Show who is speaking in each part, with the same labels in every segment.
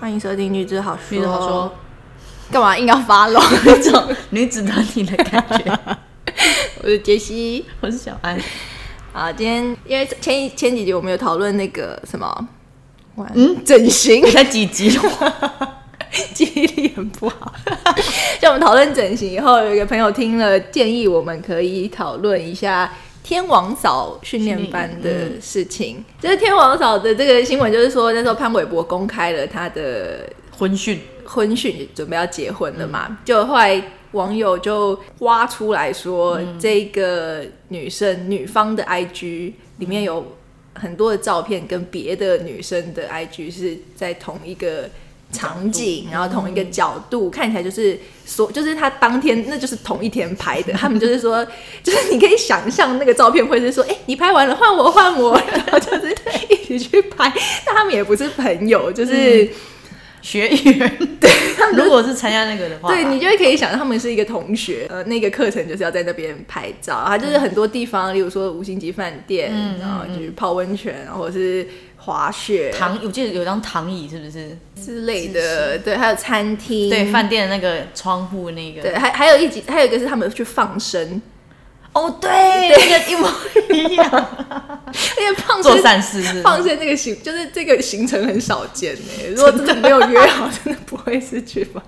Speaker 1: 欢迎收听女子好说。
Speaker 2: 女子好说，
Speaker 1: 干嘛硬要发漏
Speaker 2: 有一种女子团体的感觉。
Speaker 1: 我是杰西
Speaker 2: 我是小安，
Speaker 1: 啊，今天因为前一前几集我们有讨论那个什么，嗯，整形
Speaker 2: 才几集了？
Speaker 1: 记忆力很不好。 就我们讨论整形以后，有一个朋友听了建议，我们可以讨论一下天王嫂训练嗯班的事情。就是天王嫂的这个新闻，就是说那时候潘玮柏公开了他的
Speaker 2: 婚讯
Speaker 1: 婚讯准备要结婚了嘛，就后来网友就挖出来说，这个女生女方的 IG 里面有很多的照片，跟别的女生的 IG 是在同一个场景，然后同一个角度，看起来就是所就是她当天那就是同一天拍的，他们就是说， 就是你可以想象那个照片会是说，哎、你拍完了换我换我， 然后就是一起去拍，但他们也不是朋友，就是。
Speaker 2: 学员，对， 如果是参加那个的话，
Speaker 1: 对你就会可以想，他们是一个同学，呃，那个课程就是要在那边拍照，啊，就是很多地方，例如说五星级饭店，
Speaker 2: 嗯
Speaker 1: 然后就是泡温泉，或者是滑雪
Speaker 2: 躺，我记得有一张躺椅，是不是？
Speaker 1: 之类的，对，还有餐厅，
Speaker 2: 对，饭店的那个窗户那个，
Speaker 1: 对，还还有一集，还有一个是他们去放生，
Speaker 2: 哦，对， 那个一模一样，
Speaker 1: 而且放
Speaker 2: 做
Speaker 1: 生
Speaker 2: 善事是不是
Speaker 1: 放生这个行，就是这个行程很少见呢、如果真的没有约好，真的不会是去 吧？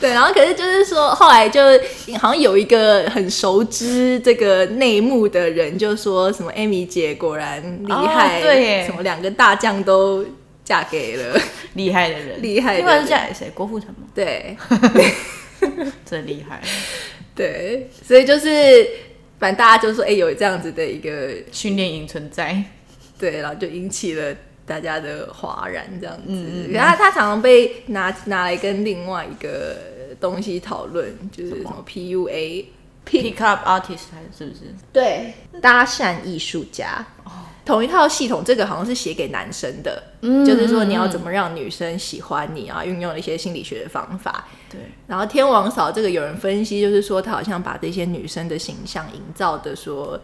Speaker 1: 对，然后可是就是说，后来就嗯好像有一个很熟知这个内幕的人，就说什么艾米姐果然厉害，
Speaker 2: 哦对耶
Speaker 1: 什么两个大将都嫁给 了，
Speaker 2: 厉害的人，
Speaker 1: 厉害的
Speaker 2: 另外是嫁给谁？郭富城吗？
Speaker 1: 对
Speaker 2: 真厉害，
Speaker 1: 对，所以就是反正大家就说，哎、有这样子的一个
Speaker 2: 训练营存在，
Speaker 1: 对，然后就引起了大家的哗然，这样子。然后他常常被拿拿来跟另外一个东西讨论，就是什么 PUA，
Speaker 2: pick up artist 还是是不是？
Speaker 1: 对，搭讪艺术家。同一套系统，这个好像是写给男生的，就是说你要怎么让女生喜欢你啊，运用了一些心理学的方法。
Speaker 2: 对，
Speaker 1: 然后天王嫂这个有人分析，就是说她好像把这些女生的形象营造的说，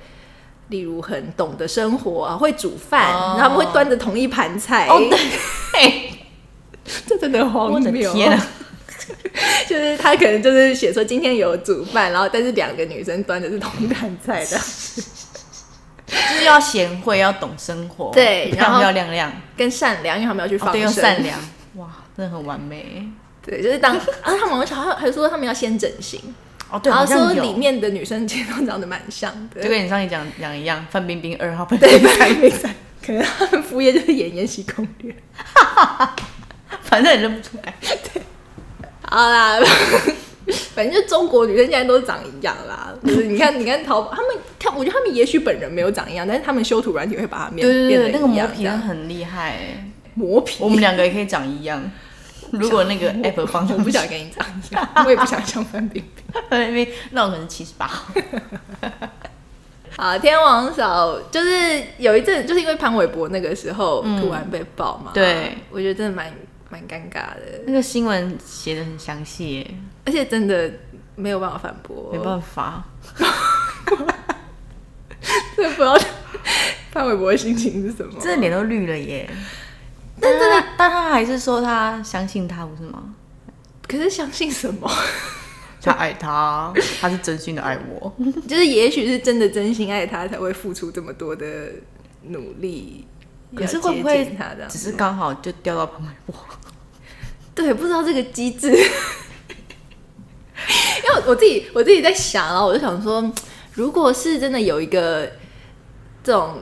Speaker 1: 例如很懂得生活啊，会煮饭，
Speaker 2: 哦
Speaker 1: 然后他们会端着同一盘菜，
Speaker 2: 哦 对，
Speaker 1: 这真的很荒
Speaker 2: 我的
Speaker 1: 谬。
Speaker 2: 天啊！
Speaker 1: 就是他可能就是写说今天有煮饭，然后但是两个女生端的是同一盘菜的，
Speaker 2: 就是要贤惠，要懂生活，
Speaker 1: 对然
Speaker 2: 漂
Speaker 1: 后
Speaker 2: 漂亮亮，
Speaker 1: 跟善良，因为他们要去
Speaker 2: 哦
Speaker 1: 放
Speaker 2: 对，
Speaker 1: 生，
Speaker 2: 又善良，哇，真的很完美。
Speaker 1: 对，就是当 啊，他们好像还还说他们要先整形，
Speaker 2: 哦，对，
Speaker 1: 然后
Speaker 2: 好
Speaker 1: 说
Speaker 2: 像
Speaker 1: 里
Speaker 2: 有，
Speaker 1: 面的女生其实都长得蛮像的，
Speaker 2: 就跟你上一讲讲一样，范冰冰二号，
Speaker 1: 对，白没在，可能他们副业就是演《延禧攻略》。
Speaker 2: 反正也认不出来。
Speaker 1: 好啦， 反正就中国女生现在都长一样啦，就是你看，你看淘宝，他们看，我觉得他们也许本人没有长一样，但是他们修图软体会把它变
Speaker 2: 对对
Speaker 1: 变得
Speaker 2: 对，那个
Speaker 1: 一
Speaker 2: 磨
Speaker 1: 样这
Speaker 2: 皮真的
Speaker 1: 样
Speaker 2: 很厉害欸，
Speaker 1: 磨皮，啊
Speaker 2: 我们两个也可以长一样。如果那 个 app 帮
Speaker 1: 我
Speaker 2: 我
Speaker 1: 不
Speaker 2: 们
Speaker 1: 想跟你讲，我也不想像范冰 冰。
Speaker 2: 范冰冰，那我可能七十八。
Speaker 1: 啊，天王嫂就是有一阵，就是因为潘玮柏那个时候突然被爆嘛，
Speaker 2: 对，
Speaker 1: 我觉得真的蛮蛮尴尬的，
Speaker 2: 那个新闻写的很详细耶，
Speaker 1: 而且真的没有办法反驳，
Speaker 2: 没办法，
Speaker 1: 真的不知道潘玮柏的心情是什么。
Speaker 2: 真的脸都绿了耶。但真的，但他还是说他相信他，不是吗？
Speaker 1: 可是相信什 么？
Speaker 2: 他爱他，他是真心的爱我。
Speaker 1: 就是也许是真的真心爱他，才会付出这么多的努力。
Speaker 2: 可是会不会
Speaker 1: 要接近他这样
Speaker 2: 只？是刚好就掉到旁边我？
Speaker 1: 对，不知道这个机制。因 为我自己我自己在想啊，我就想说，如果是真的有一个这种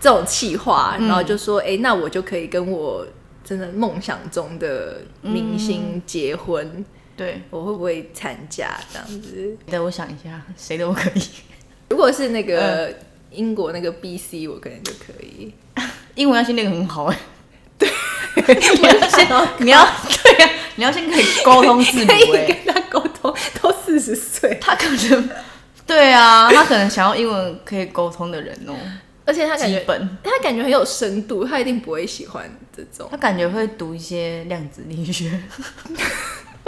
Speaker 1: 这种气话，然后就说，哎、那我就可以跟我真的梦想中的明星结婚，
Speaker 2: 对，
Speaker 1: 我会不会参加这样子？
Speaker 2: 等我想一下，谁都可 以。
Speaker 1: 如果是那个英国那个 BC，我可能就可以。
Speaker 2: 英文要先练得很好哎、 对，你要先， 你要对呀、你要先可以沟通自
Speaker 1: 可
Speaker 2: 如哎、
Speaker 1: 以跟他沟通，都四十岁，
Speaker 2: 他可能 对啊，他可能想要英文可以沟通的人哦、
Speaker 1: 而且他感
Speaker 2: 基
Speaker 1: 觉
Speaker 2: 本
Speaker 1: 他感觉很有深度，他一定不会喜欢这种，
Speaker 2: 他感觉会读一些量子力 学，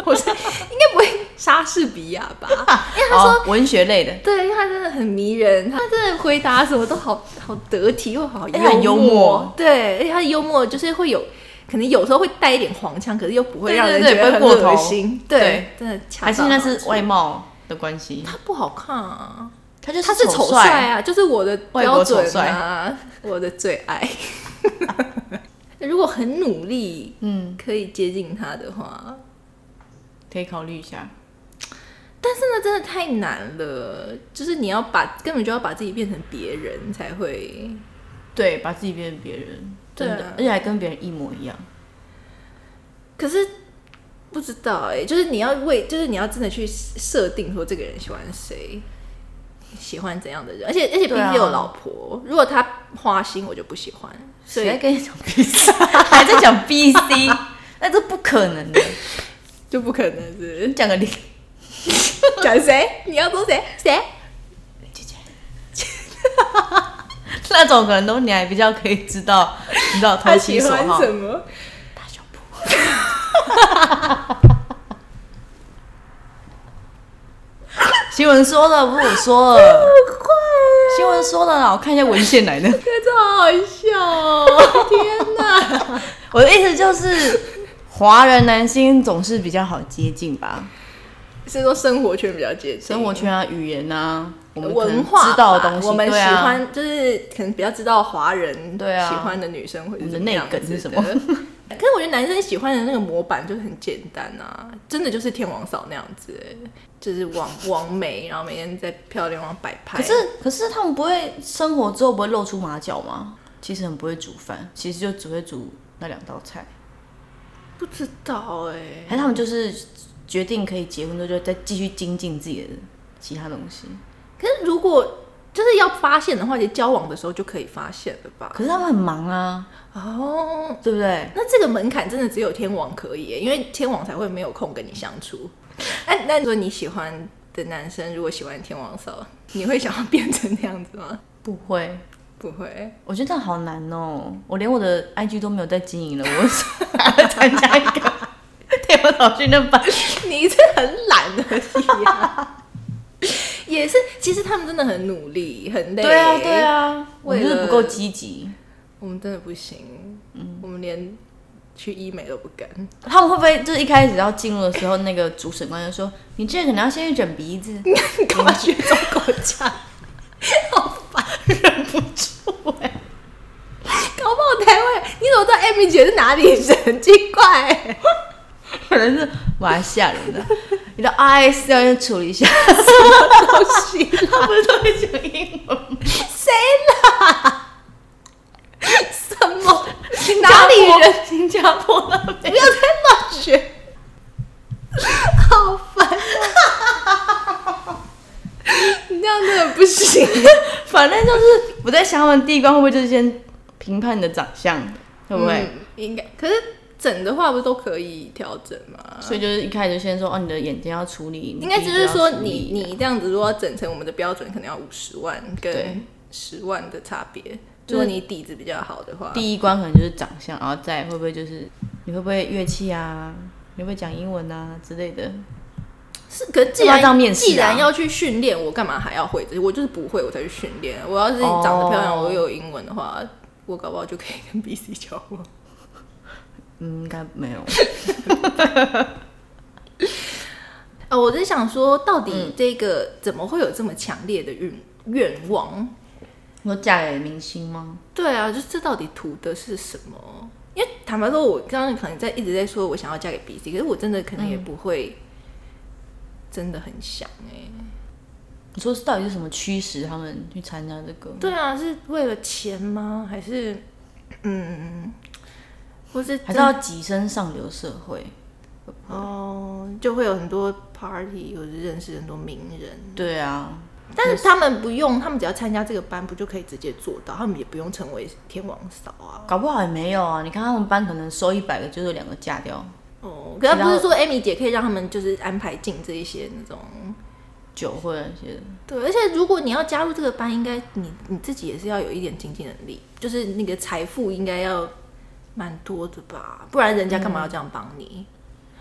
Speaker 1: 我是应该不会莎士比亚吧？因为他说。
Speaker 2: 哦、文学类的，
Speaker 1: 对，因为他真的很迷人，他真的回答什么都好好得体，又好
Speaker 2: 且很幽
Speaker 1: 哎默
Speaker 2: 默
Speaker 1: 对，而且他的幽默就是会有可能有时候会带一点黄腔，可是又不会
Speaker 2: 对
Speaker 1: 让
Speaker 2: 对
Speaker 1: 人
Speaker 2: 对
Speaker 1: 觉得很
Speaker 2: 不会过头
Speaker 1: 恶心。
Speaker 2: 对，
Speaker 1: 真的恰
Speaker 2: 还是
Speaker 1: 到
Speaker 2: 那
Speaker 1: 好
Speaker 2: 是
Speaker 1: 处
Speaker 2: 外貌的关系？
Speaker 1: 他不好看啊，
Speaker 2: 他就
Speaker 1: 他是丑帅
Speaker 2: 帅，
Speaker 1: 啊，就是我的
Speaker 2: 外
Speaker 1: 标
Speaker 2: 国丑
Speaker 1: 准啊， 我的最爱。 如果很努力
Speaker 2: 嗯，
Speaker 1: 可以接近他的话，
Speaker 2: 可以考虑一下。
Speaker 1: 但是呢，真的太难了，就是你要把根本就要把自己变成别人才会。
Speaker 2: 对，把自己变成别人，真
Speaker 1: 对
Speaker 2: 的，
Speaker 1: 啊
Speaker 2: 而且还跟别人一模一样。
Speaker 1: 可是不知道哎、就是你要为，就是你要真的去设定说这个人喜欢谁，喜欢怎样的人，而且而且毕
Speaker 2: 对啊
Speaker 1: 竟有老婆，如果他花心，我就不喜欢。所
Speaker 2: 谁
Speaker 1: 以
Speaker 2: 在跟你讲 B C，还在讲 B C，那 这不可能的。
Speaker 1: 就不可能是
Speaker 2: 你讲个零，
Speaker 1: 讲谁？你要说谁？谁？
Speaker 2: 那种可能都你还比较可以知道，你知道投
Speaker 1: 他
Speaker 2: 其
Speaker 1: 喜
Speaker 2: 所
Speaker 1: 欢
Speaker 2: 好
Speaker 1: 什。么？
Speaker 2: 大胸 部。新闻说的，不是我说的。新闻说的啦，我看一下文献来的。
Speaker 1: 对，这好好笑 哦！天哪！
Speaker 2: 我的意思就是，华人男星总是比较好接近吧，
Speaker 1: 是说生活圈比较接近，
Speaker 2: 生活圈啊、语言啊，我们可能
Speaker 1: 文化
Speaker 2: 知道的
Speaker 1: 吧
Speaker 2: 东西，
Speaker 1: 我们喜
Speaker 2: 对啊
Speaker 1: 欢、就是可能比较知道华人
Speaker 2: 对啊
Speaker 1: 喜欢的女生会是
Speaker 2: 我们的
Speaker 1: 怎么样
Speaker 2: 内梗是
Speaker 1: 子
Speaker 2: 什么
Speaker 1: 的 可是我觉得男生喜欢的那个模板就是很简单啊，真的就是天王嫂那样子、欸就是王王美，然后每天在漂亮地方摆拍。
Speaker 2: 可是可是他们不会生活之后不会露出马脚吗？其实很不会煮饭，其实就只会煮那两道菜。
Speaker 1: 不知道哎、
Speaker 2: 还是他们就是决定可以结婚之后，就再继续精进自己的其他东西。
Speaker 1: 可是如果就是要发现的话，其实交往的时候就可以发现了吧？
Speaker 2: 可是他们很忙啊，
Speaker 1: 哦，
Speaker 2: 对不对？
Speaker 1: 那这个门槛真的只有天王可以耶，因为天王才会没有空跟你相处。那哎那如果你喜欢的男生如果喜欢天王嫂，你会想要变成那样子吗？
Speaker 2: 不会，
Speaker 1: 不会，
Speaker 2: 我觉得这样好难哦。我连我的 IG 都没有在经营了，我还要参加一个 天王岛训练班。
Speaker 1: 你是很懒而已啊。 也是，其实他们真的很努力，很累。
Speaker 2: 对啊，对，啊，我
Speaker 1: 为
Speaker 2: 就
Speaker 1: 了
Speaker 2: 是不够积极。
Speaker 1: 我们真的不行，我们连去医美都不敢。
Speaker 2: 他们会不会就是一开始要进入的时候，那个主审官就说：“你这个可能要先去整鼻子。”
Speaker 1: 干嘛学中国腔？ 好欸烦，忍不住哎、搞不好台湾，你怎么知道 Amy 姐是哪里人？奇怪、欸，
Speaker 2: 可能是马来西亚人的，你的 RS 要先处理一下。
Speaker 1: 好奇
Speaker 2: 他不是都会讲英文吗？
Speaker 1: 谁啦？什么？哪里人？？
Speaker 2: 新加坡那边。
Speaker 1: 不要再乱学，好烦啊！你这样真的不行。
Speaker 2: 反正就是我在想，他们第一关会不会就是先评判你的长相，会不会？
Speaker 1: 嗯应该，可是整的话不是都可以调整吗？
Speaker 2: 所以就是一开始就先说哦，你的眼睛要处理，
Speaker 1: 应该就是说你
Speaker 2: 你
Speaker 1: 你
Speaker 2: 鼻子要处理啊
Speaker 1: 这样子，如果要整成我们的标准，可能要五十万
Speaker 2: 对
Speaker 1: 跟十万的差别。如
Speaker 2: 就是
Speaker 1: 果你底子比较好的话，
Speaker 2: 第一关可能就是长相，然后再会不会就是你会不会乐器啊，你会不会讲英文啊之类的。
Speaker 1: 是可是既
Speaker 2: 要不要这样面
Speaker 1: 然
Speaker 2: 试啊
Speaker 1: 既然要去训练，我干嘛还要会这些？我就是不会，我才去训练。我要是长得漂亮，
Speaker 2: 哦
Speaker 1: 我有英文的话，我搞不好就可以跟 BC 交往。
Speaker 2: 嗯，应该没 有。
Speaker 1: 哦，我在想说，到底这个怎么会有这么强烈的愿愿望？
Speaker 2: 我嫁给明星吗？
Speaker 1: 对啊，就是这到底图的是什么？因为坦白说，我刚刚可能在一直在说我想要嫁给 BC，可是我真的可能也不会，真的很想哎、
Speaker 2: 你说是到底是什么驱使他们去参加这个？
Speaker 1: 对啊，是为了钱吗？还是嗯，或是真
Speaker 2: 还是要跻身上流社会？
Speaker 1: 哦，就会有很多 party，或者认识很多名人。
Speaker 2: 对啊，
Speaker 1: 但是他们不用，他们只要参加这个班，不就可以直接做到？他们也不用成为天王嫂啊。
Speaker 2: 搞不好也没有啊。你看他们班可能收一百个，就是有两个嫁掉
Speaker 1: 哦，可是不是说 Amy 姐可以让他们就是安排进这一些那种
Speaker 2: 酒或者一些
Speaker 1: 对，而且如果你要加入这个班，应该你你自己也是要有一点经济能力，就是那个财富应该要蛮多的吧，不然人家干嘛要这样帮你？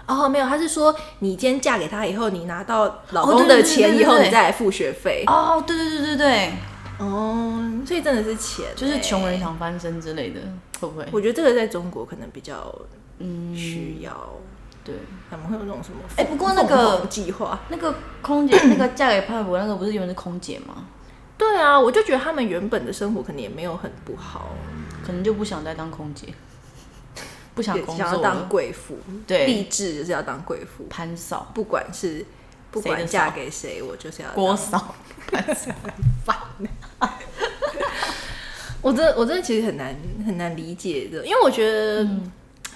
Speaker 1: 哦，没有，他是说你今天嫁给他以后，你拿到老
Speaker 2: 哦
Speaker 1: 公
Speaker 2: 对
Speaker 1: 的
Speaker 2: 对对对
Speaker 1: 钱
Speaker 2: 对
Speaker 1: 以后，
Speaker 2: 对
Speaker 1: 你再来付学费。
Speaker 2: 哦，对对对对对，
Speaker 1: 哦，所以真的是钱欸，
Speaker 2: 就是穷人想翻身之类的，会不会？
Speaker 1: 我觉得这个在中国可能比较需要，
Speaker 2: 对，
Speaker 1: 他们会有那种什么
Speaker 2: 哎
Speaker 1: 凤
Speaker 2: 不过那个
Speaker 1: 凤凰计划，
Speaker 2: 那个空姐， 那个嫁给潘玮柏那个不是原本是空姐吗？
Speaker 1: 对啊，我就觉得他们原本的生活可能也没有很不好，
Speaker 2: 可能就不想再当空姐，不想
Speaker 1: 也
Speaker 2: 工
Speaker 1: 想
Speaker 2: 作
Speaker 1: 要
Speaker 2: 了
Speaker 1: 当贵妇，
Speaker 2: 对
Speaker 1: 励志就是要当贵妇，
Speaker 2: 潘嫂、
Speaker 1: 不管是不
Speaker 2: 谁
Speaker 1: 管
Speaker 2: 的
Speaker 1: 嫁
Speaker 2: 嫂
Speaker 1: 给谁，我就是要
Speaker 2: 郭
Speaker 1: 当
Speaker 2: 嫂、潘嫂，
Speaker 1: 我真的我真的其实很难很难理解的，因为我觉得、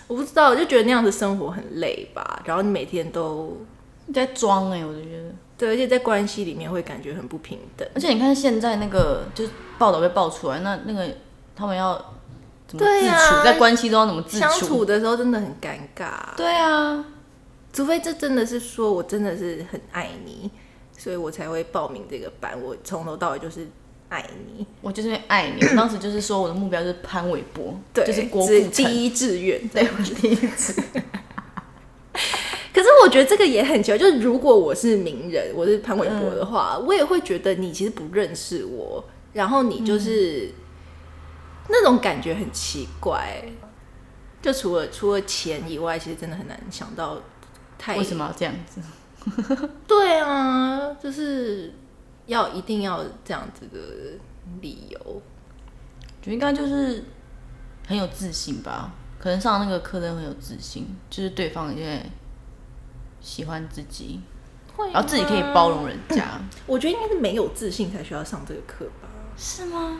Speaker 1: 我不知道，我就觉得那样的生活很累吧。然后你每天都
Speaker 2: 你在装哎、我就觉得。
Speaker 1: 对，而且在关系里面会感觉很不平等。
Speaker 2: 而且你看现在那个就是报道被爆出来，那那个他们要怎么
Speaker 1: 对
Speaker 2: 自处，
Speaker 1: 啊
Speaker 2: 在关系中要怎么自
Speaker 1: 相处的时候真的很尴尬，
Speaker 2: 对啊，
Speaker 1: 除非这真的是说我真的是很爱你，所以我才会报名这个班。我从头到尾就是爱你，
Speaker 2: 我就是因为爱 你，我当时就是说我的目标就是潘玮柏，
Speaker 1: 对，
Speaker 2: 就是郭
Speaker 1: 只
Speaker 2: 富
Speaker 1: 第
Speaker 2: 城，
Speaker 1: 一志愿。
Speaker 2: 对，我第一次，
Speaker 1: 可是我觉得这个也很奇怪，就是如果我是名人，我是潘玮柏的话，我也会觉得你其实不认识我，然后你就是、那种感觉很奇怪。就除了除了钱以外，其实真的很难想到太
Speaker 2: 为什么要这样子？
Speaker 1: 对啊，就是要一定要这样子的理由。
Speaker 2: 就应该就是很有自信吧，可能上那个课真的很有自信，就是对方也喜欢自己，
Speaker 1: 会
Speaker 2: 然后自己可以包容人家，
Speaker 1: 我觉得应该是没有自信才需要上这个课吧。
Speaker 2: 是吗？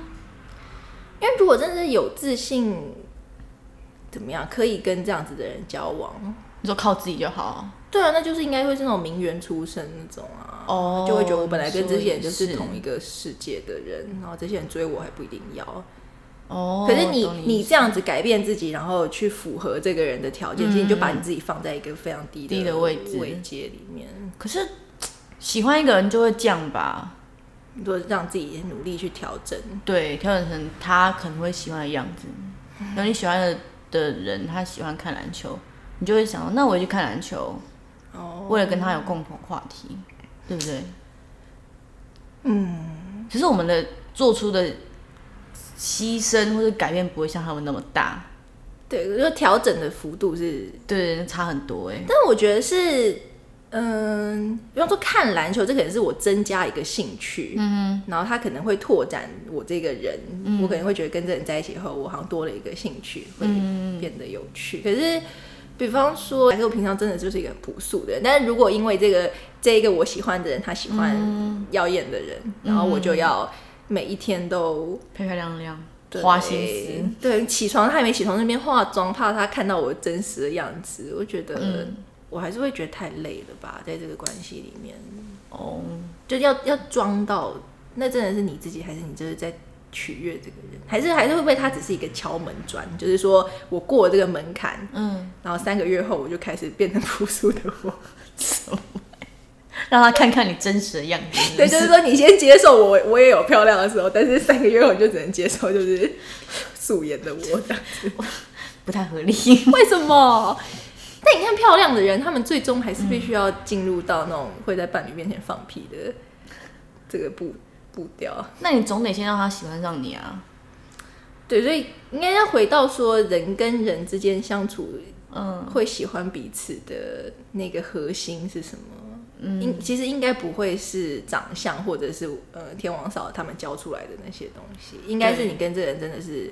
Speaker 1: 因为如果真的是有自信，怎么样可以跟这样子的人交往？
Speaker 2: 你说靠自己就好
Speaker 1: 对啊，那就是应该会是那种名媛出身那种啊，
Speaker 2: 哦
Speaker 1: 就会觉得我本来跟这些人就
Speaker 2: 你
Speaker 1: 是
Speaker 2: 说也
Speaker 1: 同一个世界的人，然后这些人追我还不一定要。
Speaker 2: 哦。
Speaker 1: 可是你
Speaker 2: 懂
Speaker 1: 你这样子改变自己，然后去符合这个人的条件，其实你就把你自己放在一个非常低
Speaker 2: 嗯低
Speaker 1: 的
Speaker 2: 的位置
Speaker 1: 位阶里面，
Speaker 2: 可是喜欢一个人就会这样吧？
Speaker 1: 你就让自己努力去调整。
Speaker 2: 对，调整成他可能会喜欢的样子。然后你喜欢的的人，他喜欢看篮球，你就会想说，那我也去看篮球，
Speaker 1: 哦，
Speaker 2: 为了跟他有共同话题，对不对？
Speaker 1: 嗯，
Speaker 2: 其实我们的做出的牺牲或者改变不会像他们那么大，
Speaker 1: 对，就调整的幅度是
Speaker 2: 对，那差很多哎、欸。
Speaker 1: 但我觉得是，嗯，比方说看篮球，这可能是我增加一个兴趣，嗯，然后他可能会拓展我这个人，我可能会觉得跟这人在一起后，我好像多了一个兴趣，会变得有趣。可是，比方说，还是我平常真的就是一个很朴素的人，但是如果因为这个这一个我喜欢的人，他喜欢耀眼的人，然后我就要每一天都
Speaker 2: 漂漂亮亮，
Speaker 1: 对
Speaker 2: 花心思，
Speaker 1: 对，起床他还没起床，那边化妆，怕他看到我真实的样子，我觉得、
Speaker 2: 嗯
Speaker 1: 我还是会觉得太累了吧，在这个关系里面，
Speaker 2: 哦，
Speaker 1: 就要要装到那真的是你自己，还是你就是在取悦这个人，还是还是会不会他只是一个敲门砖，就是说我过了这个门槛，
Speaker 2: 嗯，
Speaker 1: 然后三个月后我就开始变成朴素的我，
Speaker 2: 让他看 看你真实的样子。是不
Speaker 1: 对，
Speaker 2: 是
Speaker 1: 就是说你先接受我，我也有漂亮的时候，但是三个月后你就只能接受就是素颜的我这样子。
Speaker 2: 不太合理。
Speaker 1: 为什么？但你看漂亮的人，他们最终还是必须要进入到那种会在伴侣面前放屁的这个步步调。
Speaker 2: 那你总得先让他喜欢上你啊。
Speaker 1: 对，所以应该要回到说人跟人之间相处
Speaker 2: 嗯，
Speaker 1: 会喜欢彼此的那个核心是什么？应其实应该不会是长相，或者是呃天王嫂他们教出来的那些东西，应该是
Speaker 2: 对
Speaker 1: 你跟这个人真的是，比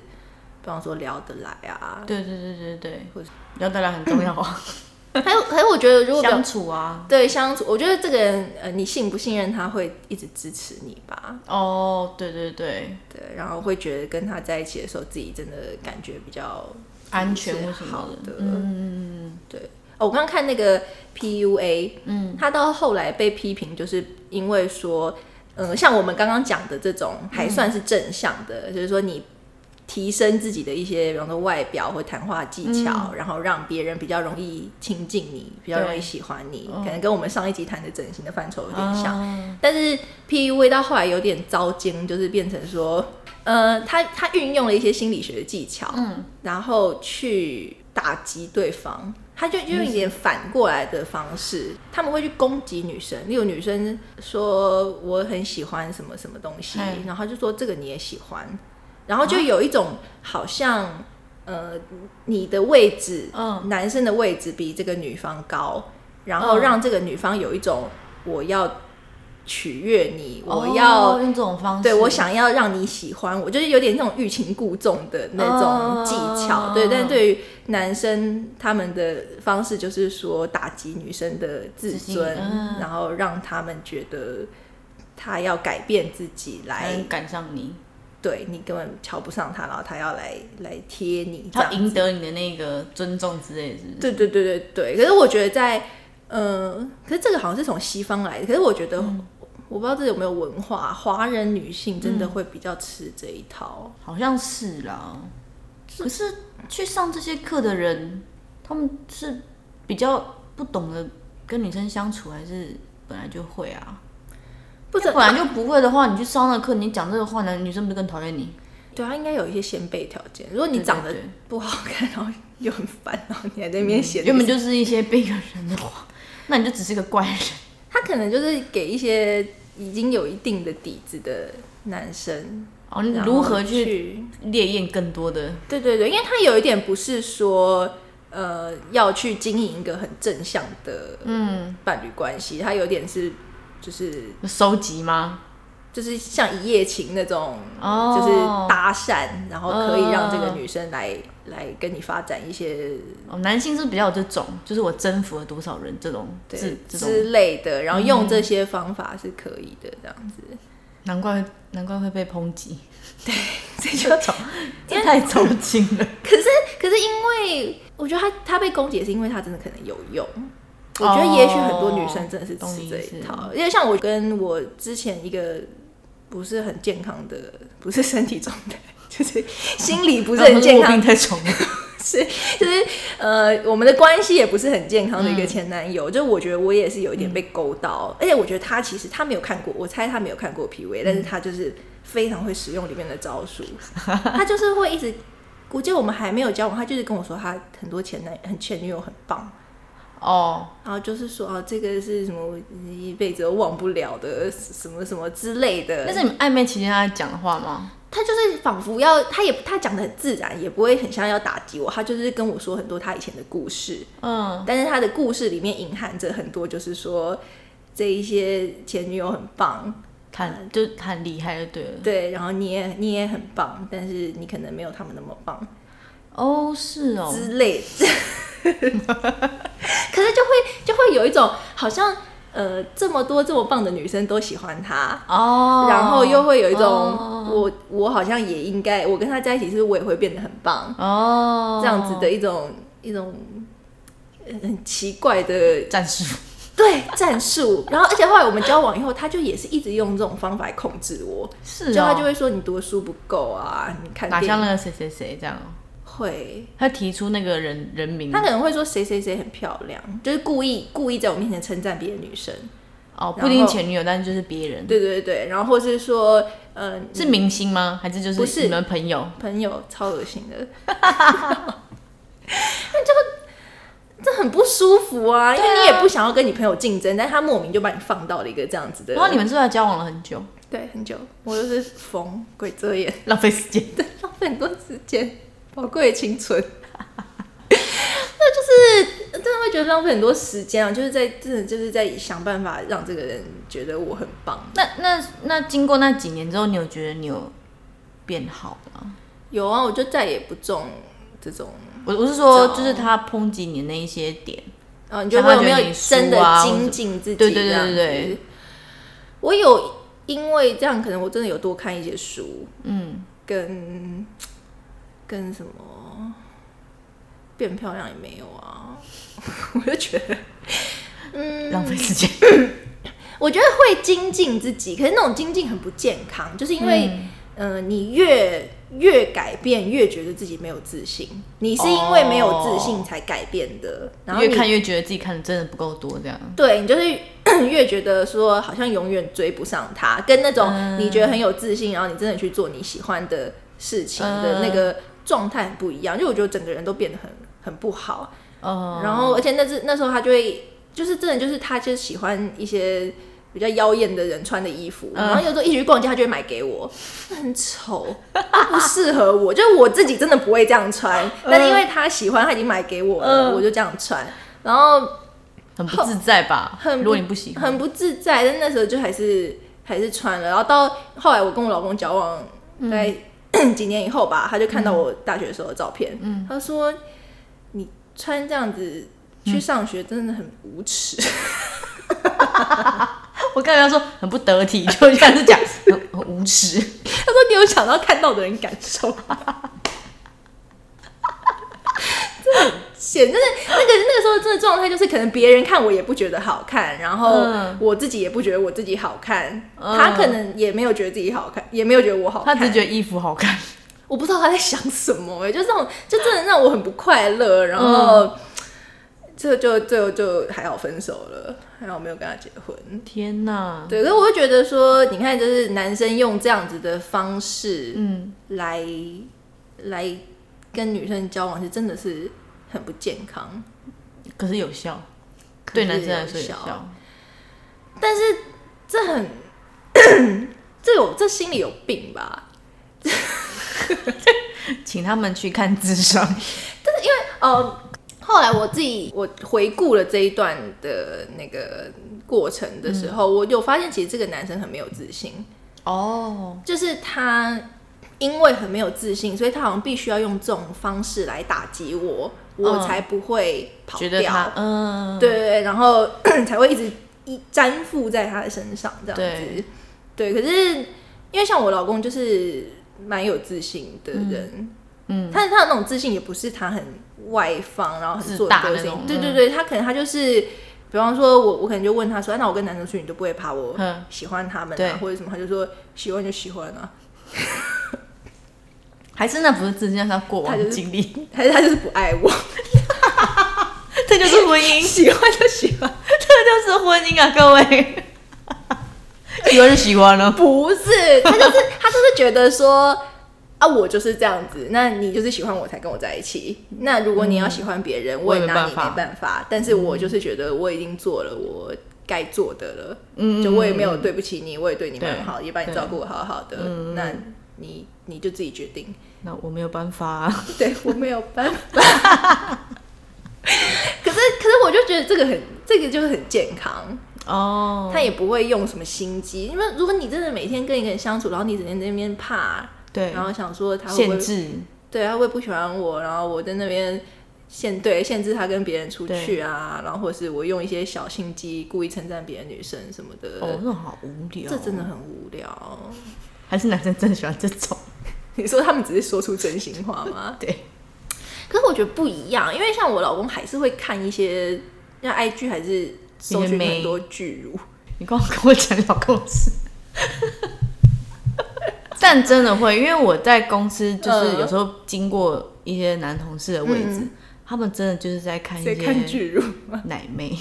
Speaker 1: 方说聊得来啊，
Speaker 2: 对对对对对
Speaker 1: 或者，
Speaker 2: 聊得来很重要
Speaker 1: 嗯
Speaker 2: 啊，
Speaker 1: 还有还有，我觉得如果比方
Speaker 2: 相处啊。
Speaker 1: 对相处，我觉得这个人，呃，你信不信任他会一直支持你吧？
Speaker 2: 哦，对对对，
Speaker 1: 对，然后会觉得跟他在一起的时候，自己真的感觉比较
Speaker 2: 安全或什
Speaker 1: 是
Speaker 2: 么
Speaker 1: 好的。
Speaker 2: 嗯，
Speaker 1: 对，哦，我刚刚看那个 PUA，嗯，他到后来被批评，就是因为说，呃，像我们刚刚讲的这种
Speaker 2: 嗯
Speaker 1: 还算是正向的，就是说你提升自己的一些，比方说外表或谈话技巧，然后让别人比较容易亲近你，比较容易
Speaker 2: 嗯对
Speaker 1: 喜欢你，
Speaker 2: 嗯
Speaker 1: 可能跟我们上一集谈的整形的范畴有点像。
Speaker 2: 啊
Speaker 1: 但是 PUA 到后来有点糟精，就是变成说，呃，他他运用了一些心理学的技巧，
Speaker 2: 嗯，
Speaker 1: 然后去打击对方，他就用一点反过来的方式，他们会去攻击女生。例如女生说我很喜欢什么什么东西
Speaker 2: 嗯，
Speaker 1: 然后就说这个你也喜欢，然后就有一种好像、呃你的位置，
Speaker 2: 嗯
Speaker 1: 男生的位置比这个女方高，然后
Speaker 2: 嗯
Speaker 1: 让这个女方有一种我要取悦你，我
Speaker 2: 哦
Speaker 1: 要
Speaker 2: 用这种方式，
Speaker 1: 对我想要让你喜欢我，就是有点那种欲擒故纵的那种技巧。
Speaker 2: 哦
Speaker 1: 对，但对于男生他们的方式就是说打击女生的自
Speaker 2: 自信
Speaker 1: 尊，
Speaker 2: 嗯
Speaker 1: 然后让他们觉得他要改变自己
Speaker 2: 才
Speaker 1: 来，
Speaker 2: 能赶上你，
Speaker 1: 对你根本瞧不上他，然后他要来来贴你这
Speaker 2: 他
Speaker 1: 样。
Speaker 2: 赢得你的那个尊重之类的是不是，
Speaker 1: 对对对对对，可是我觉得在呃，可是这个好像是从西方来的，可是我觉得。
Speaker 2: 嗯
Speaker 1: 我不知道这有没有文化，华人女性真
Speaker 2: 嗯
Speaker 1: 的会比较吃这一套。
Speaker 2: 好像是啦。可是去上这些课的人，他们是比较不懂得跟女生相处，还是本来就会啊？
Speaker 1: 不
Speaker 2: 因为
Speaker 1: 准
Speaker 2: 本来就不会的话，你去上那个课，你讲这个话，男女生不是更讨厌你？
Speaker 1: 对啊他应该有一些先备条件。如果你
Speaker 2: 对对
Speaker 1: 长得
Speaker 2: 对嗯
Speaker 1: 不好看，然后又很烦，然后你还在那边嫌，
Speaker 2: 原本就是一些被一个人的话，那你就只是个怪人。
Speaker 1: 他可能就是给一些已经有一定的底子的男生，
Speaker 2: 哦，你
Speaker 1: 然后
Speaker 2: 如何去
Speaker 1: 去？
Speaker 2: 烈焰更多的？
Speaker 1: 对对对，因为他有一点不是说呃要去经营一个很正向的
Speaker 2: 嗯，
Speaker 1: 伴侣关系，他有点是就是
Speaker 2: 收集吗？
Speaker 1: 就是像一夜情那种，
Speaker 2: 哦
Speaker 1: 就是搭讪，然后可以让这个女生来、来跟你发展一些
Speaker 2: 哦，男性是比较有这种，就是我征服了多少人这种
Speaker 1: 对
Speaker 2: 这这种，嗯
Speaker 1: 之类的，然后用这些方法是可以的，这样 子。
Speaker 2: 难怪难怪会被抨击，
Speaker 1: 这就
Speaker 2: 种这太走心了。
Speaker 1: 可是可是因为我觉得他他被攻击也是因为他真的可能有用。我觉得也许很多女生真的是
Speaker 2: 哦懂你
Speaker 1: 吃
Speaker 2: 意
Speaker 1: 这
Speaker 2: 思
Speaker 1: 一套，因为像我跟我之前一个不是很健康的，不是身体状态，就是心理 不是很健
Speaker 2: 我
Speaker 1: 康
Speaker 2: 病 太重了。
Speaker 1: 是，就是呃，我们的关系也不是很健康的一个前男友，就我觉得我也是有一点被勾到，而且我觉得他其实他没有看过，我猜他没有看过 PV，、但是他就是非常会使用里面的招数，他就是会一直，我记得我们还没有交往，他就是跟我说他很多前男很前女友很棒，
Speaker 2: 哦，
Speaker 1: 然后就是说啊，这个是什么一辈子都忘不了的什么什么之类的，
Speaker 2: 那是你们暧昧期间他在讲的话吗？
Speaker 1: 他就是仿佛要，他也他讲的很自然，也不会很像要打击我，他就是跟我说很多他以前的故事，
Speaker 2: 嗯，
Speaker 1: 但是他的故事里面隐含着很多，就是说这一些前女友很棒，
Speaker 2: 他很就他很厉害就对了。
Speaker 1: 对，然后你也你也很棒，但是你可能没有他们那么棒
Speaker 2: 哦，是哦，
Speaker 1: 之类的。 可是就会就会有一种好像呃这么多这么棒的女生都喜欢他，
Speaker 2: 哦，
Speaker 1: 然后又会有一种、
Speaker 2: 哦
Speaker 1: 我我好像也应该，我跟他在一起是不是我也会变得很棒、
Speaker 2: 哦
Speaker 1: 这样子的一种一种呃很奇怪的
Speaker 2: 战术。
Speaker 1: 对战术。然后，而且后来我们交往以后，他就也是一直用这种方法来控制我，
Speaker 2: 是哦，
Speaker 1: 就他就会说你读的书不够啊，你看
Speaker 2: 打
Speaker 1: 电
Speaker 2: 向
Speaker 1: 影
Speaker 2: 那个谁谁谁这样哦。
Speaker 1: 会。
Speaker 2: 他提出那个人人名，
Speaker 1: 他可能会说谁谁谁很漂亮，就是故意故意在我面前称赞别的女生，
Speaker 2: 哦，
Speaker 1: 然
Speaker 2: 不一定
Speaker 1: 后
Speaker 2: 前女友，但是就是别人，
Speaker 1: 对对对，然后或是说，嗯、
Speaker 2: 是明星吗？还是就
Speaker 1: 不
Speaker 2: 是
Speaker 1: 是
Speaker 2: 你们朋友？
Speaker 1: 朋友超恶心 的，那就这很不舒服啊，因为你也不想要跟你朋友竞争，但他莫名就把你放到了一个这样子的，
Speaker 2: 然后你们是不是交往了很久，
Speaker 1: 对很久，我就是疯鬼遮眼，
Speaker 2: 浪费时间。
Speaker 1: 对，浪费很多时间，宝贵的青春。 那就是真的会觉得浪费很多时间啊，就是在真的就是在想办法让这个人觉得我很棒。
Speaker 2: 那那那经过那几年之后，你有觉得你有变好吗？
Speaker 1: 有啊，我就再也不中这种，
Speaker 2: 我我是说，
Speaker 1: 早
Speaker 2: 就是他抨击你那一些点，
Speaker 1: 啊，你觉得我有没有
Speaker 2: 像他觉得你
Speaker 1: 真的
Speaker 2: 输啊
Speaker 1: 精进自己？
Speaker 2: 对对对
Speaker 1: 这样子
Speaker 2: 对对对
Speaker 1: 我有因为这样，可能我真的有多看一些书，
Speaker 2: 嗯，
Speaker 1: 跟跟什么变漂亮也没有啊。 我就觉得，嗯
Speaker 2: 浪费时间。
Speaker 1: 我觉得会精进自己，可是那种精进很不健康，就是因为，嗯、呃，你越越改变，越觉得自己没有自信。你是因为没有自信才改变的，然后
Speaker 2: 越
Speaker 1: 你
Speaker 2: 看越觉得自己看的真的不够多，这样。
Speaker 1: 对你就是 越觉得说好像永远追不上他，跟那种
Speaker 2: 嗯
Speaker 1: 你觉得很有自信，然后你真的去做你喜欢的事情的
Speaker 2: 嗯
Speaker 1: 那个状态很不一样。就我觉得整个人都变得很很不好。
Speaker 2: 哦，
Speaker 1: 然后而且那是那时候他就会，就是真的就是他就喜欢一些比较妖艳的人穿的衣服，
Speaker 2: 嗯
Speaker 1: 然后有时候一起去逛街，他就会买给我，很丑，不适合我，就是我自己真的不会这样穿，但是因为他喜欢，他已经买给我了，
Speaker 2: 嗯
Speaker 1: 我就这样穿，然后
Speaker 2: 很不自在吧？
Speaker 1: 很不
Speaker 2: 如果你不喜欢，
Speaker 1: 很不自在，但那时候就还是还是穿了。然后到后来我跟我老公交往
Speaker 2: 嗯
Speaker 1: 大概、 几年以后吧，他就看到我大学时候的照片，
Speaker 2: 嗯
Speaker 1: 他说你穿这样子去
Speaker 2: 嗯
Speaker 1: 上学真的很无耻。
Speaker 2: 我刚才要说很不得体，就这样子讲，很很无耻。
Speaker 1: 他说你有想到看到的人感受吗？ 这很显，就是那个那个时候真的状态，就是可能别人看我也不觉得好看，然后
Speaker 2: 嗯
Speaker 1: 我自己也不觉得我自己好看，
Speaker 2: 嗯
Speaker 1: 他可能也没有觉得自己好看，也没有觉得我好
Speaker 2: 他
Speaker 1: 看。
Speaker 2: 只是觉得衣服好看，
Speaker 1: 我不知道他在想什么、哎，就这种，就真的让我很不快乐。然后，这、就最后就还好分手了，还好没有跟他结婚。
Speaker 2: 天哪！
Speaker 1: 对，可是我会觉得说，你看，就是男生用这样子的方式，
Speaker 2: 嗯，
Speaker 1: 来来跟女生交往，是真的是很不健康。
Speaker 2: 可是有效，
Speaker 1: 可
Speaker 2: 对
Speaker 1: 是
Speaker 2: 男生来说
Speaker 1: 有
Speaker 2: 有
Speaker 1: 效
Speaker 2: 效。
Speaker 1: 但是这很，这有这心里有病吧？
Speaker 2: 请他们去看智商。
Speaker 1: 呃，后来我自己我回顾了这一段的那个过程的时候，我有发现，其实这个男生很没有自信，
Speaker 2: 哦，
Speaker 1: 就是他因为很没有自信，所以他好像必须要用这种方式来打击我，我
Speaker 2: 嗯
Speaker 1: 才不会跑
Speaker 2: 觉得他
Speaker 1: 掉。
Speaker 2: 嗯，
Speaker 1: 对对对，然后才会一直一粘附在他的身上这样子
Speaker 2: 对。
Speaker 1: 对，可是因为像我老公就是蛮有自信的人，
Speaker 2: 嗯
Speaker 1: 但是他的那种自信也不是他很外放，然后很做
Speaker 2: 自大
Speaker 1: 自
Speaker 2: 那
Speaker 1: 信
Speaker 2: 种。
Speaker 1: 对对对，他可能他就是，比方说我我可能就问他说，啊那我跟男生出去你都不会怕我
Speaker 2: 嗯
Speaker 1: 喜欢他们
Speaker 2: 对
Speaker 1: 啊，或者什么，他就说喜欢就喜欢啊，
Speaker 2: 还是那不是自信，那是他过往
Speaker 1: 他就
Speaker 2: 的
Speaker 1: 是
Speaker 2: 经历，
Speaker 1: 还是他就是不爱我，
Speaker 2: 这就是婚姻，
Speaker 1: 喜欢就喜欢。
Speaker 2: 这就是婚姻啊，各位。喜欢就喜欢了，
Speaker 1: 不是，他 就是他就是觉得说啊，我就是这样子，那你就是喜欢我才跟我在一起。那如果你要喜欢别人，嗯我也拿你
Speaker 2: 我也没办法
Speaker 1: 没办法。但是我就是觉得我已经做了我该做的了，就我也没有对不起你，我嗯也对嗯你蛮好，
Speaker 2: 对
Speaker 1: 也把你照顾得好好的。那你你就自己决定，
Speaker 2: 那我没有办法、啊。
Speaker 1: 对我没有办法。 可是可是我就觉得这个很这个就是很健康，
Speaker 2: 哦，
Speaker 1: 他也不会用什么心机，因为如果你真的每天跟一个人相处，然后你整天在那边怕，
Speaker 2: 对，
Speaker 1: 然后想说他会不
Speaker 2: 限
Speaker 1: 会
Speaker 2: 制，
Speaker 1: 对他会不喜欢我，然后我在那边限对限制他跟别人出去啊，然后或是我用一些小心机故意称赞别的女生什么的，
Speaker 2: 哦，那种好无聊。
Speaker 1: 呃这真的很无聊。
Speaker 2: 还是男生真的喜欢这种，？
Speaker 1: 你说他们只是说出真心话吗
Speaker 2: 对，
Speaker 1: 可是我觉得不一样，因为像我老公还是会看一些，像 IG 还是搜寻很多巨乳，
Speaker 2: 你刚刚跟我讲老公事， 但真的会，因为我在公司就是
Speaker 1: 嗯
Speaker 2: 有时候经过一些男同事的位置，他们真的就是在看一
Speaker 1: 谁看
Speaker 2: 些
Speaker 1: 巨乳？
Speaker 2: 奶妹，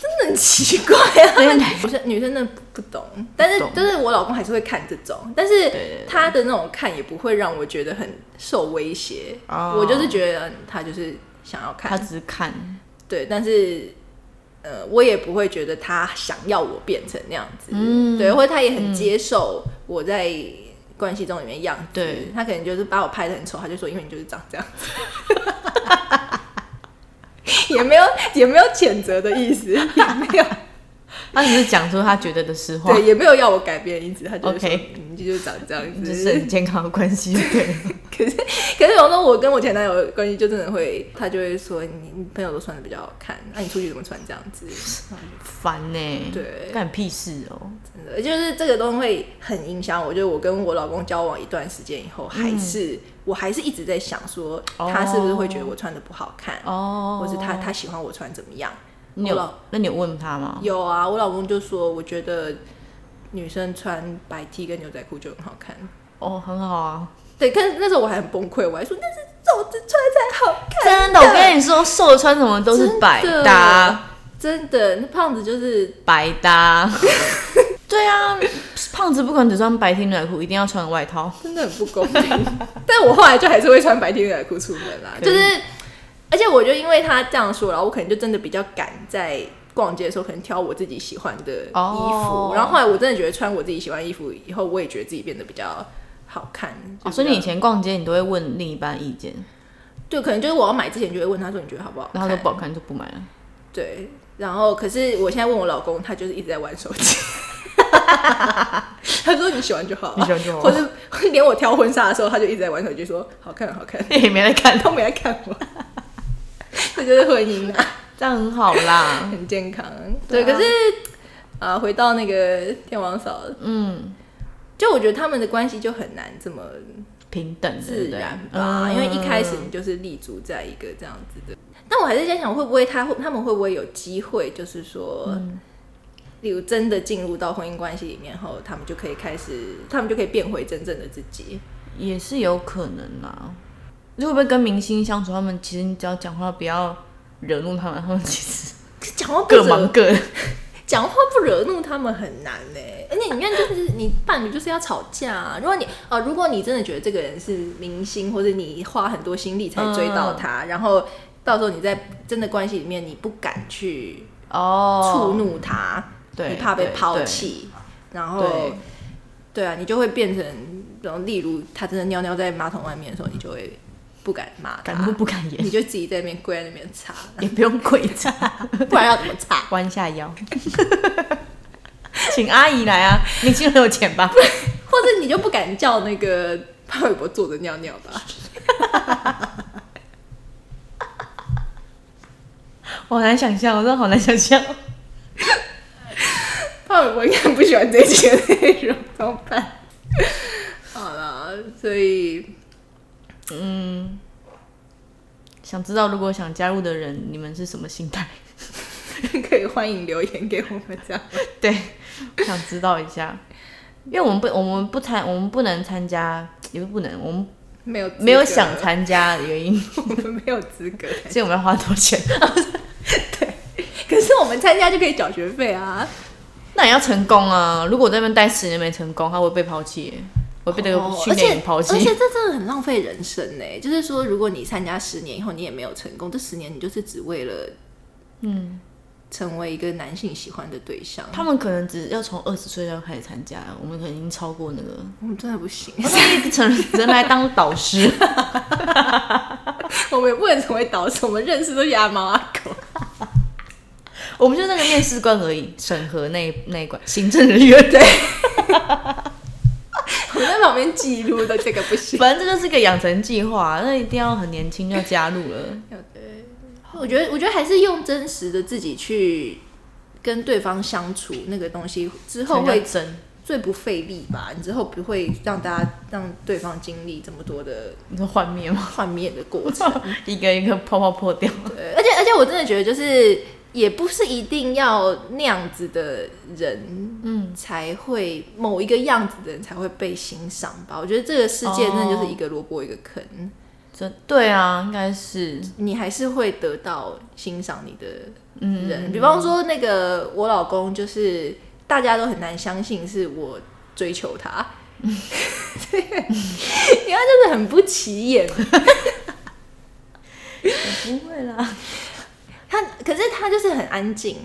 Speaker 1: 真的很奇怪啊！
Speaker 2: 对奶
Speaker 1: 不是女生真的不懂，但是
Speaker 2: 不懂
Speaker 1: 就是我老公还是会看这种，但是
Speaker 2: 对
Speaker 1: 他的那种看也不会让我觉得很受威胁。
Speaker 2: 哦
Speaker 1: 我就是觉得嗯他就是想要
Speaker 2: 他
Speaker 1: 看，
Speaker 2: 只是看，
Speaker 1: 对，但是呃，我也不会觉得他想要我变成那样子，
Speaker 2: 嗯
Speaker 1: 对，或者他也很接受我在关系中里面样子，
Speaker 2: 对
Speaker 1: 他可能就是把我拍的很丑，他就说因为你就是长这样子， 也没有也没有谴责的意思，也没有。
Speaker 2: 他只是讲出他觉得的实话
Speaker 1: 对，，也没有要我改变的意思，他就是说嗯
Speaker 2: OK
Speaker 1: 你就是长这样
Speaker 2: 这
Speaker 1: 子。
Speaker 2: 是很健康的关系，对，
Speaker 1: 可是，可是有时候我跟我前男友的关系就真的会，他就会说你你朋友都穿的比较好看，那、你出去怎么穿这样子？
Speaker 2: 烦呢、
Speaker 1: 对
Speaker 2: 干屁事哦，
Speaker 1: 真的，就是这个东西会很影响我。就是我跟我老公交往一段时间以后，还是、我还是一直在想说，
Speaker 2: 嗯哦
Speaker 1: 他是不是会觉得我穿的不好看，
Speaker 2: 哦，
Speaker 1: 或是他他喜欢我穿怎么样？
Speaker 2: 你
Speaker 1: 我老
Speaker 2: 有那你有问他吗？
Speaker 1: 有啊，我老公就说我觉得女生穿白 T 跟牛仔裤就很好看。
Speaker 2: 哦，很好啊，
Speaker 1: 对，可是那时候我还很崩溃，我还说那是皱子穿才好看，
Speaker 2: 真的，我跟你说，瘦穿什么都是百
Speaker 1: 真的
Speaker 2: 搭，
Speaker 1: 真的，那胖子就是
Speaker 2: 百搭。 对啊，胖子不可能只穿白 T 牛仔裤，一定要穿外
Speaker 1: 啊
Speaker 2: 套。
Speaker 1: 真的很不公平。但我后来就还是会穿白 T 牛仔裤出门啦，
Speaker 2: 可以
Speaker 1: 就是而且我就因为他这样说，然后我可能就真的比较敢在逛街的时候，可能挑我自己喜欢的衣服。
Speaker 2: 哦
Speaker 1: 然后后来我真的觉得穿我自己喜欢的衣服以后，我也觉得自己变得比较好看。
Speaker 2: 哦，
Speaker 1: 就
Speaker 2: 所以
Speaker 1: 比
Speaker 2: 你
Speaker 1: 较
Speaker 2: 以前逛街，你都会问另一半意见，
Speaker 1: 对，可能就是我要买之前就会问他说你觉得好不好看？
Speaker 2: 然后他说不好看就不买了。
Speaker 1: 对，然后可是我现在问我老公，他就是一直在玩手机。 他说你喜欢就好、啊，
Speaker 2: 你喜欢就好
Speaker 1: 或者或 者连我挑婚纱的时候，他就一直在玩手机，说好看好看，
Speaker 2: 也没来看，
Speaker 1: 都没来看我。 这就是婚姻啊，
Speaker 2: 这样很好 啦。
Speaker 1: 很健康。
Speaker 2: 对
Speaker 1: 对，
Speaker 2: 啊
Speaker 1: 可是啊，回到那个天王嫂，
Speaker 2: 嗯，
Speaker 1: 就我觉得他们的关系就很难这么
Speaker 2: 平等对
Speaker 1: 自
Speaker 2: 不对
Speaker 1: 然吧，
Speaker 2: 嗯
Speaker 1: 因为一开始你就是立足在一个这样子的。但我还是在想，会不会他会他们会不会有机会，就是说，
Speaker 2: 嗯
Speaker 1: 例如真的进入到婚姻关系里面后，他们就可以开始，他们就可以变回真正的自己。
Speaker 2: 也是有可能啦。就会不会跟明星相处，他们其实你只要讲话不要惹怒他们，他们其实
Speaker 1: 可是讲话不
Speaker 2: 各忙
Speaker 1: 惹，
Speaker 2: 各的。
Speaker 1: 讲话不惹怒他们很难呢、而且你看，就是你伴侣就是要吵架、啊。如果你呃，如果你真的觉得这个人是明星，或者你花很多心力才追到他，
Speaker 2: 嗯
Speaker 1: 然后到时候你在真的关系里面，你不敢去触
Speaker 2: 哦，
Speaker 1: 怒他，
Speaker 2: 对
Speaker 1: 你怕被
Speaker 2: 对
Speaker 1: 抛
Speaker 2: 对
Speaker 1: 弃，然后
Speaker 2: 对
Speaker 1: 对啊，你就会变成，然后例如他真的尿尿在马桶外面的时候，你就会不敢骂
Speaker 2: 敢怒
Speaker 1: 他，
Speaker 2: 不敢言
Speaker 1: 你，就自己在那边跪在那边 擦，
Speaker 2: 也不用跪着，
Speaker 1: 不然要怎么擦？
Speaker 2: 弯下腰， 请阿姨来啊！明星很有钱吧？
Speaker 1: 或者你就不敢叫那个潘玮柏坐着尿尿 吧？
Speaker 2: 我好难想象，我真的好难想象。
Speaker 1: 潘玮柏应该不喜欢这一些内容，怎么办？ 好了，所以
Speaker 2: 嗯，想知道如果想加入的人，你们是什么心态？
Speaker 1: 可以欢迎留言给我们这样。
Speaker 2: 对，想知道一下，因为我们不，我们不参，我们不能参加，也不能，我们
Speaker 1: 没有资
Speaker 2: 没有
Speaker 1: 格
Speaker 2: 想，参加的原因，
Speaker 1: 我们没有资格。
Speaker 2: 所以我们要花多少钱？
Speaker 1: 可是我们参加就可以缴学费啊！
Speaker 2: 那也要成功啊！如果我在那边待十年没成功，他会被抛弃耶，我被那个
Speaker 1: 哦
Speaker 2: 训练营抛
Speaker 1: 而且而
Speaker 2: 弃。
Speaker 1: 且这真的很浪费人生呢。欸就是说，如果你参加十年以后你也没有成功，这十年你就是只为了
Speaker 2: 嗯，
Speaker 1: 成为一个男性喜欢的对象，
Speaker 2: 他们可能只要从二十岁就要开始参加，我们可能已经超过那个。
Speaker 1: 我们真的不行，
Speaker 2: 我们成人只能来当导师，
Speaker 1: 我们也不能成为导师，我们认识都是阿猫阿狗。
Speaker 2: 我们就是那个面试官而已，审核那一那一关，行政人员对。
Speaker 1: 我们在旁边记录的这个不行。
Speaker 2: 反正这就是个养成计划，那一定要很年轻就加入了。
Speaker 1: 我觉得，我觉得还是用真实的自己去跟对方相处，那个东西之后会
Speaker 2: 真，
Speaker 1: 最不费力吧。你之后不会让大家让对方经历这么多的
Speaker 2: 你说幻灭吗？
Speaker 1: 幻灭的过程。
Speaker 2: 一个一个泡泡破掉。
Speaker 1: 对，而且而且我真的觉得，就是也不是一定要那样子的人
Speaker 2: 嗯，
Speaker 1: 才会某一个样子的人才会被欣赏吧。我觉得这个世界
Speaker 2: 哦
Speaker 1: 真的就是一个萝卜一个坑，
Speaker 2: 这对啊，应该是
Speaker 1: 你还是会得到欣赏你的
Speaker 2: 嗯
Speaker 1: 人。比方说，那个我老公，就是大家都很难相信是我追求他。 对，因为他就是很不起眼
Speaker 2: 不会啦，
Speaker 1: 他可是他就是很安静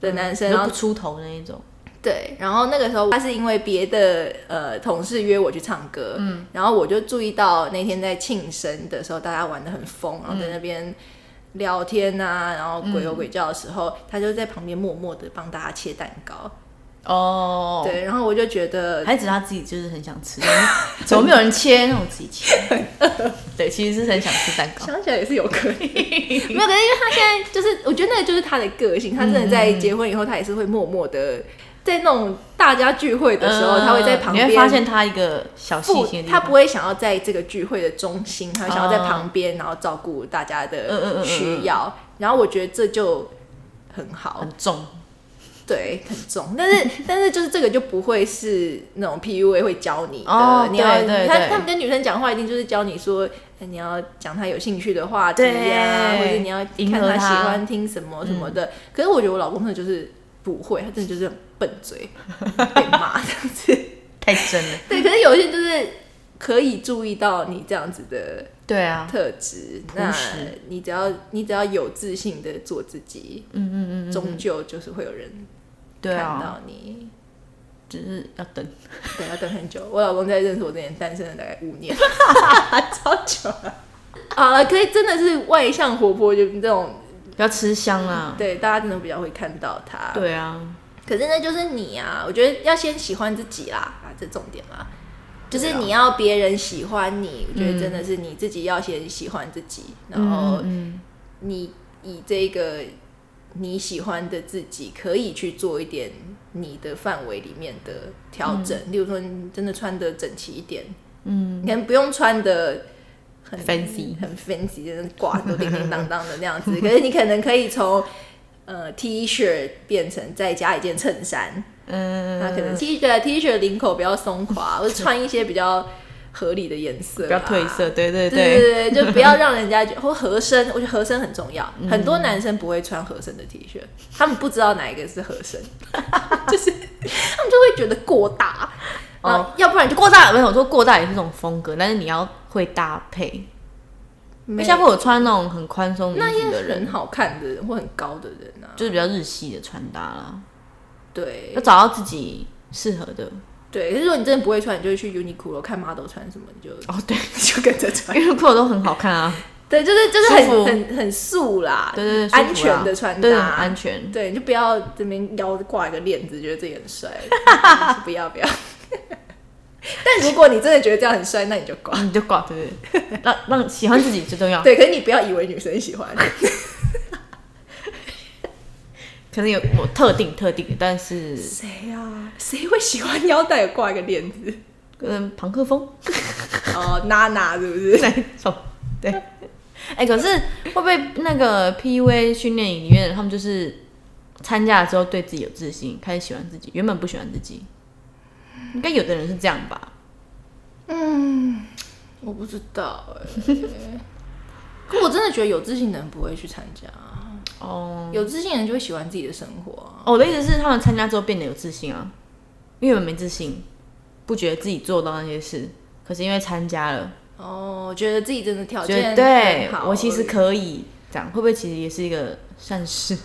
Speaker 1: 的男生，然
Speaker 2: 都
Speaker 1: 后
Speaker 2: 不出头那一种。
Speaker 1: 对，然后那个时候他是因为别的呃同事约我去唱歌，嗯，然后我就注意到那天在庆生的时候，大家玩的很疯，然后在那边聊天啊，然后鬼吼鬼叫的时候，他就在旁边默默的帮大家切蛋糕，
Speaker 2: 哦，，
Speaker 1: 对，然后我就觉得
Speaker 2: 还只是他自己就是很想吃， 怎么没有人切？那我自己切。 对，其实是很想吃蛋糕。
Speaker 1: 想起来也是有可能，没有，可是因为他现在就是，我觉得那个就是他的个性，他真的在结婚以后，他也是会默默的。在那种大家聚会的时候，嗯他会在旁边，
Speaker 2: 呃你会发现他一个小细
Speaker 1: 不
Speaker 2: 心的，地
Speaker 1: 他
Speaker 2: 方
Speaker 1: 不会想要在这个聚会的中心，他会想要在旁边，然后照顾大家
Speaker 2: 嗯嗯嗯
Speaker 1: 的
Speaker 2: 嗯
Speaker 1: 需要。然后我觉得这就很好
Speaker 2: 很，重。
Speaker 1: 对，很重。但是 但是就是这个就不会是那种 PUA 会教你的，
Speaker 2: 哦
Speaker 1: 你要
Speaker 2: 对对
Speaker 1: 他
Speaker 2: 对
Speaker 1: 他们跟女生讲话一定就是教你说。呃你要讲他有兴趣的话题呀、
Speaker 2: 对嗯
Speaker 1: 或者你要
Speaker 2: 迎
Speaker 1: 看
Speaker 2: 合
Speaker 1: 他
Speaker 2: 他
Speaker 1: 喜欢听什么什么的。可是我觉得我老公真的就是不会，他真的就是很笨嘴， 被骂这样子。
Speaker 2: 太真了，
Speaker 1: 对，可是有些人就是可以注意到你这样子的
Speaker 2: 对啊，
Speaker 1: 特质，
Speaker 2: 朴
Speaker 1: 那
Speaker 2: 实
Speaker 1: 你只要你只要有自信的做自己，
Speaker 2: 嗯嗯嗯嗯，
Speaker 1: 终究就是会有人
Speaker 2: 对
Speaker 1: 看
Speaker 2: 啊，
Speaker 1: 到你。
Speaker 2: 只是要等，
Speaker 1: 对，要等很久。我老公在认识我之前单身了大概五年，
Speaker 2: 超久，
Speaker 1: 好了，可以真的是外向活泼，就这种
Speaker 2: 不要吃香啊，
Speaker 1: 对大家真的比较会看到他。，
Speaker 2: 对啊，
Speaker 1: 可是那就是你啊，我觉得要先喜欢自己啦，啊，这重点啦。就是
Speaker 2: 对啊
Speaker 1: 你要别人喜欢你，我觉得真的是你自己要先喜欢自己，然后
Speaker 2: 嗯
Speaker 1: 你以这个你喜欢的自己，可以去做一点你的范围里面的调整。例如说，你真的穿的整齐一点，
Speaker 2: 嗯，
Speaker 1: 你可能不用穿的很
Speaker 2: Fancy
Speaker 1: 很 fancy，就是挂都叮叮当当的那样子。可是你可能可以从呃 T 恤变成再加一件衬衫，
Speaker 2: 嗯，
Speaker 1: 那可能 T 恤 T 恤领口不要松垮， 或者穿一些比较合理的颜色，
Speaker 2: 不要褪色，。对对
Speaker 1: 对
Speaker 2: 对，
Speaker 1: 对对，就不要让人家觉得 或合身，我觉得合身很重要。
Speaker 2: 嗯
Speaker 1: 很多男生不会穿合身的 T 恤，他们不知道哪一个是合 身，就是他们就会觉得过大。
Speaker 2: 哦
Speaker 1: 哦，要不然就
Speaker 2: 过大没有，我说过大也是一种风格，但是你要会搭配。
Speaker 1: 没
Speaker 2: 像我穿那种很宽松的
Speaker 1: 那
Speaker 2: 衣
Speaker 1: 些
Speaker 2: 服的人
Speaker 1: 很，好看的人或很高的人啊，
Speaker 2: 就是比较日系的穿搭啦，
Speaker 1: 对
Speaker 2: 要找到自己适合的。
Speaker 1: 对。可是如果你真的不会穿，你就会去 Uniqlo 看 model 穿什么，你就
Speaker 2: 哦，对，
Speaker 1: 你 就跟着穿。
Speaker 2: 因为裤都很好看啊，
Speaker 1: 对，就是就是
Speaker 2: 舒服
Speaker 1: 很很很素啦，
Speaker 2: 对对对，舒服啊
Speaker 1: 安全的穿搭，
Speaker 2: 对，很安全。
Speaker 1: 对，你就不要这边腰挂一个链子，觉得自己很 帅，就是不要不 要。但如果你真的觉得这样很帅，那你就挂。
Speaker 2: 你就搞对对对，让让喜欢自己最重要。
Speaker 1: 对，可是你不要以为女生喜欢，
Speaker 2: 可能有我特定特定的，但是
Speaker 1: 谁啊？谁会喜欢腰带有挂一个链子？
Speaker 2: 嗯，朋克风
Speaker 1: 哦，娜娜是不是？
Speaker 2: 那一种， 对。哎、可是会不会那个 PUA 训练营里面，他们就是参加了之后对自己有自信，开始喜欢自己，原本不喜欢自己，应该有的人是这样吧？
Speaker 1: 我不知道哎、可我真的觉得有自信的人不会去参加，
Speaker 2: 哦，
Speaker 1: 有自信的人就会喜欢自己的生活啊。
Speaker 2: 哦我的意思是，他们参加之后变得有自信啊，因为原本没自信，不觉得自己做到那些事，可是因为参加了，
Speaker 1: 哦，觉得自己真的条
Speaker 2: 觉
Speaker 1: 件
Speaker 2: 得对
Speaker 1: 很好
Speaker 2: 我其实可以这样，会不会其实也是一个善事，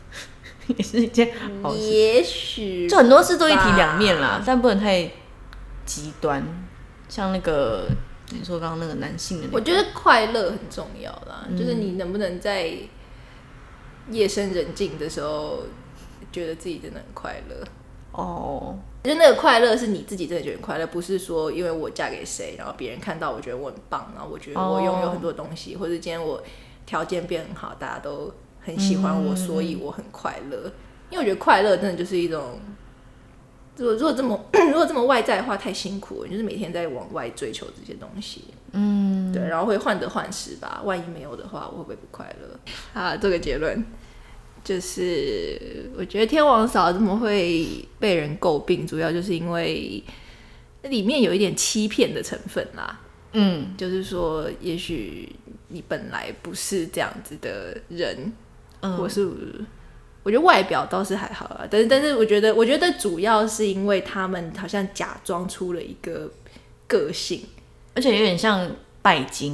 Speaker 2: 也是一件好事？
Speaker 1: 也许
Speaker 2: 就很多事都一体两面啦，但不能太极端。像那个你说刚刚那个男性的、那
Speaker 1: 我
Speaker 2: 个，嗯
Speaker 1: 觉得快乐很重要啦，就是你能不能在夜深人静的时候，觉得自己真的很快乐。
Speaker 2: 哦，
Speaker 1: 就那个快乐是你自己真的觉得很快乐，不是说因为我嫁给谁，然后别人看到我觉得我很棒，然后我觉得我拥有很多东西，或者今天我条件变很好，大家都很喜欢我，所以我很快乐。因为我觉得快乐真的就是一种，如果如果这么如果这么外在的话，太辛苦了，你就是每天在往外追求这些东西。嗯，对，然后会患得患失吧。万一没有的话，我会不会不快乐？啊，做个结论。就是我觉得天王嫂这么会被人诟病，主要就是因为里面有一点欺骗的成分啦。
Speaker 2: 嗯，
Speaker 1: 就是说，也许你本来不是这样子的人，
Speaker 2: 嗯
Speaker 1: 或是我觉得外表倒是还好啦，但是但是我觉得，我觉得主要是因为他们好像假装出了一个个性，
Speaker 2: 而且有点像拜金，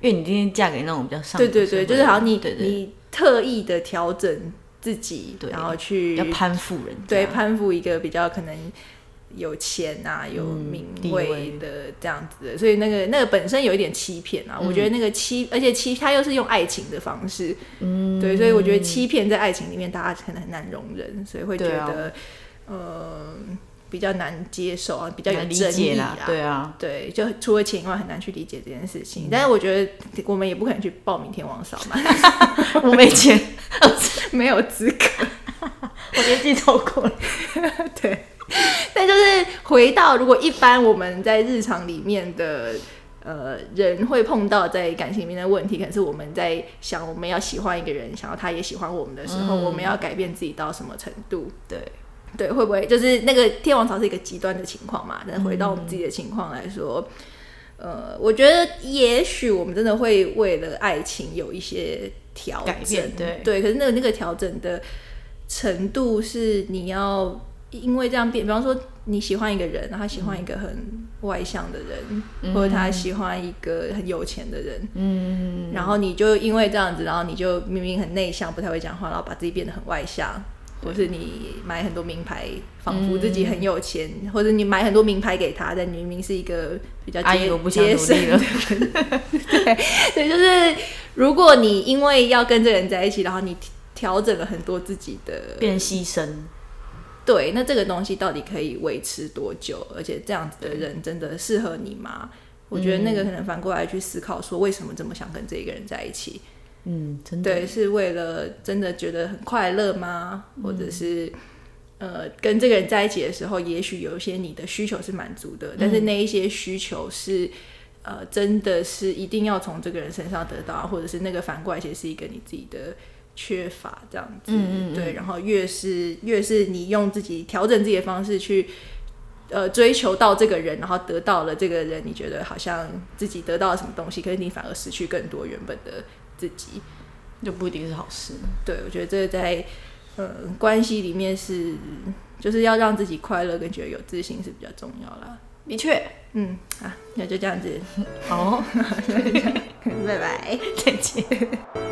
Speaker 2: 因为你今天嫁给那种比较上
Speaker 1: 对对对，就是好像你
Speaker 2: 对对
Speaker 1: 你特意的调整自己，
Speaker 2: 对
Speaker 1: 然后去
Speaker 2: 比较攀附人这
Speaker 1: 对，
Speaker 2: 样，
Speaker 1: 攀附一个比较可能有钱啊、有名
Speaker 2: 嗯地
Speaker 1: 位
Speaker 2: 位
Speaker 1: 的这样子的，所以那个那个本身有一点欺骗
Speaker 2: 嗯
Speaker 1: 啊。我觉得那个欺，而且欺他又是用爱情的方式，嗯，对，所以我觉得欺骗在爱情里面大家可能很难容忍，所以会觉
Speaker 2: 对啊
Speaker 1: 得、呃比较难接受啊，比较有
Speaker 2: 难理
Speaker 1: 争
Speaker 2: 解
Speaker 1: 议
Speaker 2: 啦，对啊，
Speaker 1: 对，就除了钱以外，很难去理解这件事
Speaker 2: 嗯
Speaker 1: 情。但是我觉得我们也不可能去报名天王嫂嘛，
Speaker 2: 我没钱，
Speaker 1: 没有资格。
Speaker 2: 我年纪超过了，
Speaker 1: 对， 但就是回到如果一般我们在日常里面的呃人会碰到在感情里面的问题，可能是我们在想我们要喜欢一个人，想要他也喜欢我们的时候，我们要改变自己到什么程度？
Speaker 2: 嗯对，
Speaker 1: 对，会不会就是那个天王朝是一个极端的情况嘛？但回到我们自己的情况来说，呃，我觉得也许我们真的会为了爱情有一些调
Speaker 2: 改
Speaker 1: 整
Speaker 2: 变，对
Speaker 1: 可是那个那个调整的程度是你要因为这样变，比方说你喜欢一个人，然后他喜欢一个很外向的人，
Speaker 2: 嗯
Speaker 1: 或者他喜欢一个很有钱的人，嗯，然后你就因为这样子，然后你就明明很内向，不太会讲话，然后把自己变得很外向，或是你买很多名牌，仿佛自己很有钱，或者你买很多名牌给他，但你明明是一个比较
Speaker 2: 阿姨，
Speaker 1: 节
Speaker 2: 哎我不想努
Speaker 1: 节省
Speaker 2: 力了。
Speaker 1: 对，就是如果你因为要跟这个人在一起，然后你调整了很多自己的
Speaker 2: 变牺牲，
Speaker 1: 对，那这个东西到底可以维持多久？而且这样子的人真的适合你吗？我觉得那个可能反过来去思考，说为什么这么想跟这一个人在一起？
Speaker 2: 嗯，真的，
Speaker 1: 对，是为了真的觉得很快乐吗？或者
Speaker 2: 嗯
Speaker 1: 是呃，跟这个人在一起的时候，也许有一些你的需求是满足
Speaker 2: 嗯
Speaker 1: 的，但是那一些需求是呃，真的是一定要从这个人身上得到，或者是那个反过来其实是一个你自己的。缺乏这样子，
Speaker 2: 嗯嗯嗯
Speaker 1: 对，然后越是越是你用自己调整自己的方式去，呃，追求到这个人，然后得到了这个人，你觉得好像自己得到了什么东西，可是你反而失去更多原本的自己，
Speaker 2: 就不一定是好事。
Speaker 1: 对，我觉得这个在呃关系里面是，就是要让自己快乐跟觉得有自信是比较重要啦。
Speaker 2: 的确，
Speaker 1: 嗯，啊，那就这样子，
Speaker 2: 哦，
Speaker 1: 拜拜。
Speaker 2: 再见。